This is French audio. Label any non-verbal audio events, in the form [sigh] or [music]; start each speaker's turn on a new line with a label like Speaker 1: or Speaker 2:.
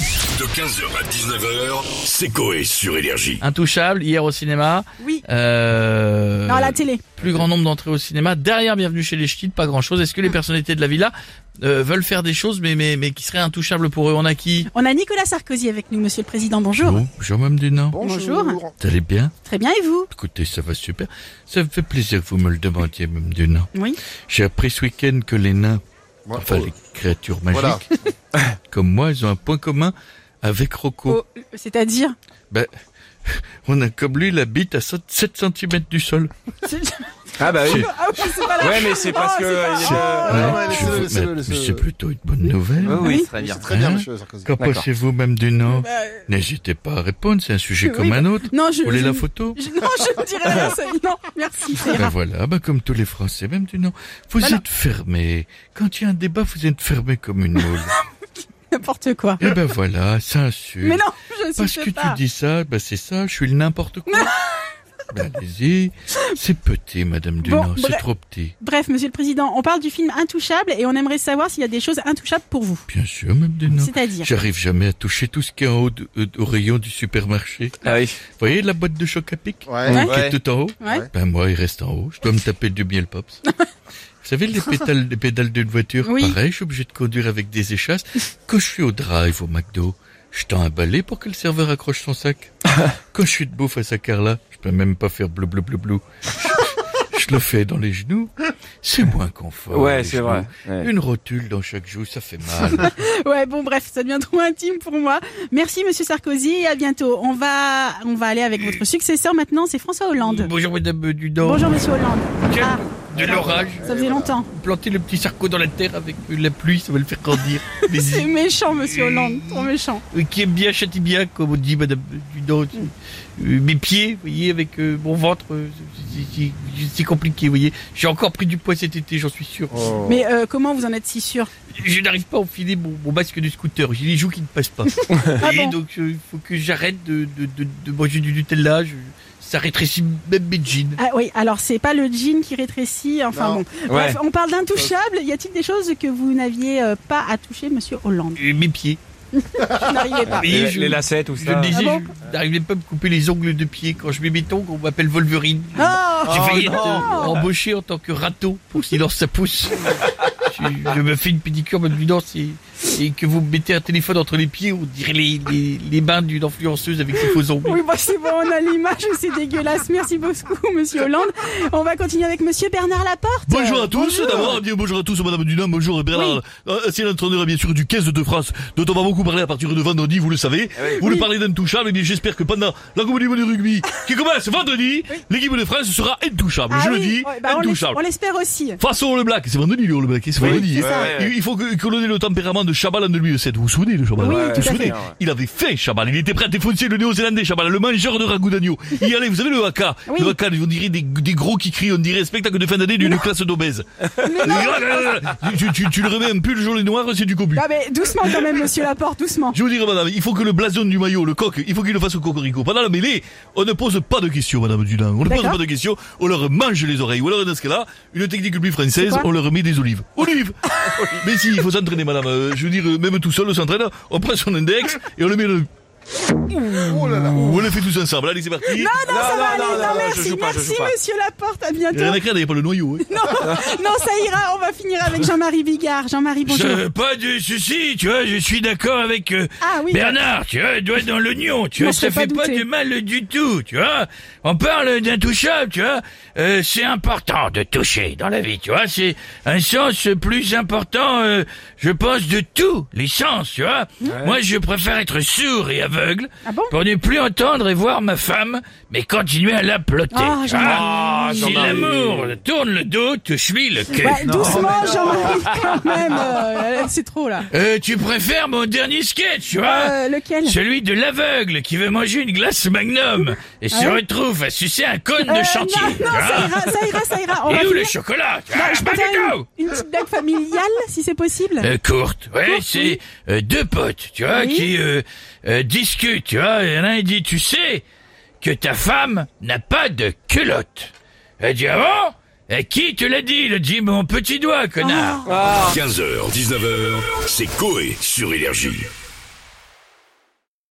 Speaker 1: De 15h à 19h, c'est Coé sur Énergie.
Speaker 2: Intouchable, hier au cinéma.
Speaker 3: Oui.
Speaker 2: Euh,
Speaker 3: Non, à la télé.
Speaker 2: Plus grand nombre d'entrées au cinéma. Derrière Bienvenue chez les Ch'tis, pas grand chose. Est-ce que les
Speaker 3: Mm.
Speaker 2: personnalités de la villa euh, veulent faire des choses mais, mais, mais qui seraient intouchables pour eux On a qui
Speaker 3: On a Nicolas Sarkozy avec nous, monsieur le président. Bonjour.
Speaker 2: Bonjour Mme Dunant.
Speaker 3: Bonjour.
Speaker 2: Vous allez bien
Speaker 3: Très bien, et vous
Speaker 2: Écoutez, ça va super. Ça me fait plaisir que vous me le demandiez, Mme Dunant.
Speaker 3: Oui.
Speaker 2: J'ai appris ce week-end que les nains,
Speaker 4: Ouais,
Speaker 2: enfin
Speaker 4: oh,
Speaker 2: les créatures magiques,
Speaker 4: voilà.
Speaker 2: [laughs] comme moi, ils ont un point commun avec Rocco.
Speaker 3: Oh, euh, C'est-à-dire [laughs]
Speaker 2: Ben, on a comme lui la bite à 7 cm du sol.
Speaker 3: C'est-
Speaker 4: Ah bah oui.
Speaker 3: Ah oui, c'est pas la-
Speaker 4: Ouais, mais c'est parce
Speaker 3: Oh,
Speaker 4: que.
Speaker 3: c'est pas-
Speaker 4: il est-
Speaker 3: Oh,
Speaker 4: Ouais.
Speaker 2: Ah Ouais,
Speaker 4: ouais,
Speaker 2: je
Speaker 4: laissez-le,
Speaker 2: vous-
Speaker 4: laissez-le,
Speaker 2: mais- mais
Speaker 4: laissez-le.
Speaker 2: c'est plutôt une bonne nouvelle.
Speaker 4: Oui,
Speaker 3: Oui.
Speaker 4: oui, très bien.
Speaker 2: C'est
Speaker 4: Très bien,
Speaker 2: Hein
Speaker 4: monsieur Sarkozy.
Speaker 2: Qu'en
Speaker 4: D'accord.
Speaker 2: pensez-vous, Mme Dunant
Speaker 3: Bah, euh,
Speaker 2: N'hésitez pas à répondre, c'est un sujet
Speaker 3: Oui,
Speaker 2: comme
Speaker 3: bah-
Speaker 2: un autre.
Speaker 3: non, je,
Speaker 2: Vous voulez
Speaker 3: je-
Speaker 2: la photo
Speaker 3: je- Non, je ne dirai rien. ça- Non, merci. ça
Speaker 2: Ben
Speaker 3: ira.
Speaker 2: voilà, ben comme tous les Français, Mme Dunant. Vous
Speaker 3: Bah non.
Speaker 2: êtes fermé. Quand il y a un débat, vous êtes fermé comme une moule.
Speaker 3: N'importe quoi.
Speaker 2: Et ben voilà, ça insulte.
Speaker 3: Mais non, je ne
Speaker 2: Parce
Speaker 3: suis
Speaker 2: que
Speaker 3: pas.
Speaker 2: tu dis ça, bah c'est ça, je suis le n'importe quoi.
Speaker 3: [laughs]
Speaker 2: ben allez-y, c'est petit, Madame Dunant,
Speaker 3: Bon,
Speaker 2: c'est
Speaker 3: bref.
Speaker 2: trop petit.
Speaker 3: Bref, monsieur le président, on parle du film Intouchable et on aimerait savoir s'il y a des choses intouchables pour vous.
Speaker 2: Bien sûr, Madame Dunant.
Speaker 3: C'est-à-dire
Speaker 2: J'arrive jamais à toucher tout ce qui est en haut de- euh, au rayon du supermarché.
Speaker 4: Ah oui.
Speaker 2: Vous voyez la boîte de choc à pic
Speaker 4: Ouais.
Speaker 2: qui est tout en haut
Speaker 3: Ouais.
Speaker 2: Ben moi, il reste en haut. Je dois me taper du miel pops. Vous savez les pédales, les pédales d'une voiture
Speaker 3: Oui.
Speaker 2: Pareil, je suis obligé de conduire avec des échasses. Quand je suis au drive au McDo, je tends un balai pour que le serveur accroche son sac. Quand je suis debout face à Carla, je peux même pas faire bleu bleu bleu bleu. Je, je le fais dans les genoux. C'est moins confort.
Speaker 4: Ouais,
Speaker 2: les
Speaker 4: c'est
Speaker 2: genoux.
Speaker 4: vrai. Ouais.
Speaker 2: Une rotule dans chaque joue, ça fait mal.
Speaker 3: Ouais, bon, bref, ça devient trop intime pour moi. Merci, monsieur Sarkozy, et à bientôt. On va, on va aller avec votre successeur maintenant, c'est François Hollande.
Speaker 2: Bonjour Madame Dudon.
Speaker 3: Bonjour, monsieur Hollande.
Speaker 2: Tiens,
Speaker 3: Ah,
Speaker 2: de l'orage.
Speaker 3: ça faisait longtemps.
Speaker 2: Planter le petit sarco dans la terre avec la pluie, ça va le faire
Speaker 3: [laughs]
Speaker 2: grandir.
Speaker 3: C'est
Speaker 2: Allez-y.
Speaker 3: méchant, monsieur Hollande, trop méchant.
Speaker 2: Euh, qui aime bien châtie bien, comme on dit Madame Dudon. Euh, mes pieds, vous voyez, avec euh, mon ventre, euh, c'est- c'est- c'est- c'est compliqué, vous voyez. J'ai encore pris du poids cet été, j'en suis sûr.
Speaker 4: Oh.
Speaker 3: Mais euh, comment vous en êtes si sûr
Speaker 2: Je n'arrive pas à enfiler mon, mon masque de scooter, j'ai les joues qui ne passent pas.
Speaker 3: Ah
Speaker 2: Et
Speaker 3: bon
Speaker 2: donc, euh, il faut que j'arrête de, de, de, de manger du Nutella, je- ça rétrécit même mes jeans.
Speaker 3: Ah oui, alors c'est pas le jean qui rétrécit, enfin
Speaker 4: Non.
Speaker 3: bon. Bref, on parle d'intouchable. Y a-t-il des choses que vous n'aviez euh, pas à toucher, monsieur Hollande
Speaker 2: Et mes pieds.
Speaker 3: Vous n'arrivez
Speaker 4: [laughs]
Speaker 3: pas.
Speaker 2: Et
Speaker 4: Les,
Speaker 2: je-
Speaker 4: les lacets, tout
Speaker 2: Je le
Speaker 4: ça.
Speaker 2: disais,
Speaker 3: Ah bon
Speaker 2: je n'arrivais pas à me couper les ongles de pied. Quand je mets mes tongs, on m'appelle Wolverine.
Speaker 3: Oh
Speaker 2: J'ai failli être
Speaker 4: non.
Speaker 2: euh, embauché en tant que râteau pour qu'il lance sa pousse. je, je me fais une pédicure en me disant si- et, que vous me mettez un téléphone entre les pieds, on dirait les, les, les bains d'une influenceuse avec ses faux ongles.
Speaker 3: Oui, bah c'est bon, on a l'image, c'est dégueulasse. Merci beaucoup, monsieur Hollande. On va continuer avec monsieur Bernard Laporte.
Speaker 5: Bonjour à tous,
Speaker 3: Bonjour.
Speaker 5: d'abord, bien bonjour à tous, madame Dunham, bonjour Bernard. Euh, C'est l'entraîneur, bien sûr, du 15 de France, dont on va beaucoup parler à partir de vendredi, vous le savez.
Speaker 3: Eh
Speaker 5: Vous le parlez d'intouchable, et bien j'espère que pendant la Coupe du Monde de rugby, qui commence vendredi, l'équipe de France sera intouchable,
Speaker 3: Ah
Speaker 5: je le
Speaker 3: oui,
Speaker 5: dis,
Speaker 3: ouais, bah, on l'es-
Speaker 5: intouchable.
Speaker 3: On l'espère aussi.
Speaker 5: Façon le black, c'est vendredi le All Black, c'est vendredi.
Speaker 4: c'est
Speaker 5: hein.
Speaker 4: ça. Ouais, ouais, ouais.
Speaker 5: Il il faut que, que l'on ait le tempérament de Chabal en 2007. Vous vous souvenez de Chabal
Speaker 3: Oui,
Speaker 5: Vous
Speaker 3: tout à
Speaker 5: vous souvenez
Speaker 4: fait.
Speaker 5: Il avait fait Chabal, il était prêt à défoncer le néo-zélandais Chabal, le mangeur de ragoût d'agneau. Il y allait, vous savez le haka
Speaker 3: Oui.
Speaker 5: Le haka, on dirait des, des gros qui crient, on dirait spectacle de fin d'année d'une classe d'obèses. Ah, tu, tu- tu le remets un pull jaune et noir, c'est du cobu.
Speaker 3: Non mais doucement quand même, monsieur Laporte, doucement.
Speaker 5: Je vous dirais, madame, il faut que le blason du maillot, le coq, il faut qu'il le fasse au cocorico. Pendant la mêlée, on ne pose pas de questions, madame Dunant. On ne pose
Speaker 3: D'accord.
Speaker 5: pas de questions, on leur mange les oreilles. Ou alors, dans ce cas-là, une technique plus française,
Speaker 3: C'est quoi Ah.
Speaker 5: on leur met des olives.
Speaker 3: [laughs]
Speaker 5: Olives Mais si, il faut s'entraîner, madame. Euh, Je veux dire, euh, même tout seul, on s'entraîne, on prend son index et on le met dans le...
Speaker 4: Oh là là.
Speaker 5: On le fait tous ensemble. Allez, c'est parti.
Speaker 3: Non, ça
Speaker 4: Non,
Speaker 3: va
Speaker 4: non,
Speaker 3: aller,
Speaker 4: non,
Speaker 3: non,
Speaker 4: non, je
Speaker 3: merci,
Speaker 4: joue pas, je
Speaker 3: merci
Speaker 4: joue pas.
Speaker 3: monsieur Laporte, à bientôt.
Speaker 5: Rien à craindre, il n'y a pas le noyau. hein.
Speaker 6: [laughs]
Speaker 3: Non, ça ira, on va finir avec Jean-Marie Bigard. Jean-Marie, bonjour.
Speaker 6: Euh, pas de souci, tu vois, je suis d'accord avec euh,
Speaker 3: Ah oui,
Speaker 6: Bernard, tu vois, doigt dans l'oignon, tu
Speaker 3: Non,
Speaker 6: vois,
Speaker 3: je
Speaker 6: ça
Speaker 3: t'ai pas
Speaker 6: fait pas
Speaker 3: douté.
Speaker 6: de mal du tout, tu vois. On parle d'intouchable, tu vois. Euh, c'est important de toucher dans la vie, tu vois. C'est un sens plus important, euh, je pense, de tous les sens, tu vois. Moi, je préfère être sourd et aveugle
Speaker 3: Ah bon
Speaker 6: pour ne plus entendre et voir ma femme, mais continuer à la plotter.
Speaker 3: Ah,
Speaker 6: tu
Speaker 3: Jean-Marie.
Speaker 6: vois. si
Speaker 4: Jean-Marie.
Speaker 6: l'amour tourne le dos, touche-lui le cul.
Speaker 3: Ouais, Bah, doucement Jean-Marie quand même, euh, c'est trop là.
Speaker 6: Euh, tu préfères mon dernier sketch, tu vois
Speaker 3: Euh, lequel
Speaker 6: Celui de l'aveugle qui veut manger une glace magnum et se
Speaker 3: ouais
Speaker 6: retrouve à sucer un cône
Speaker 3: Euh,
Speaker 6: de chantier.
Speaker 3: Non,
Speaker 6: tu
Speaker 3: non,
Speaker 6: vois
Speaker 3: ça ira, ça ira, ça ira. On va
Speaker 6: Ah. et où
Speaker 3: finir-
Speaker 6: le chocolat tu vois
Speaker 3: Ah, je peux
Speaker 6: Pas
Speaker 3: faire
Speaker 6: de
Speaker 3: une,
Speaker 6: go
Speaker 3: une petite blague familiale, si c'est possible.
Speaker 6: Euh, courte, ouais,
Speaker 3: Courte, oui.
Speaker 6: c'est euh, deux potes, tu vois,
Speaker 3: Oui.
Speaker 6: qui euh, euh, discutent, tu vois, et l'un il dit, tu sais que ta femme n'a pas de culotte. Elle dit, ah bon Et qui te l'a dit Il dit,
Speaker 3: Ah.
Speaker 1: Ah.
Speaker 6: mon petit doigt, connard.
Speaker 1: 15h, 19h, c'est Coé sur Énergie.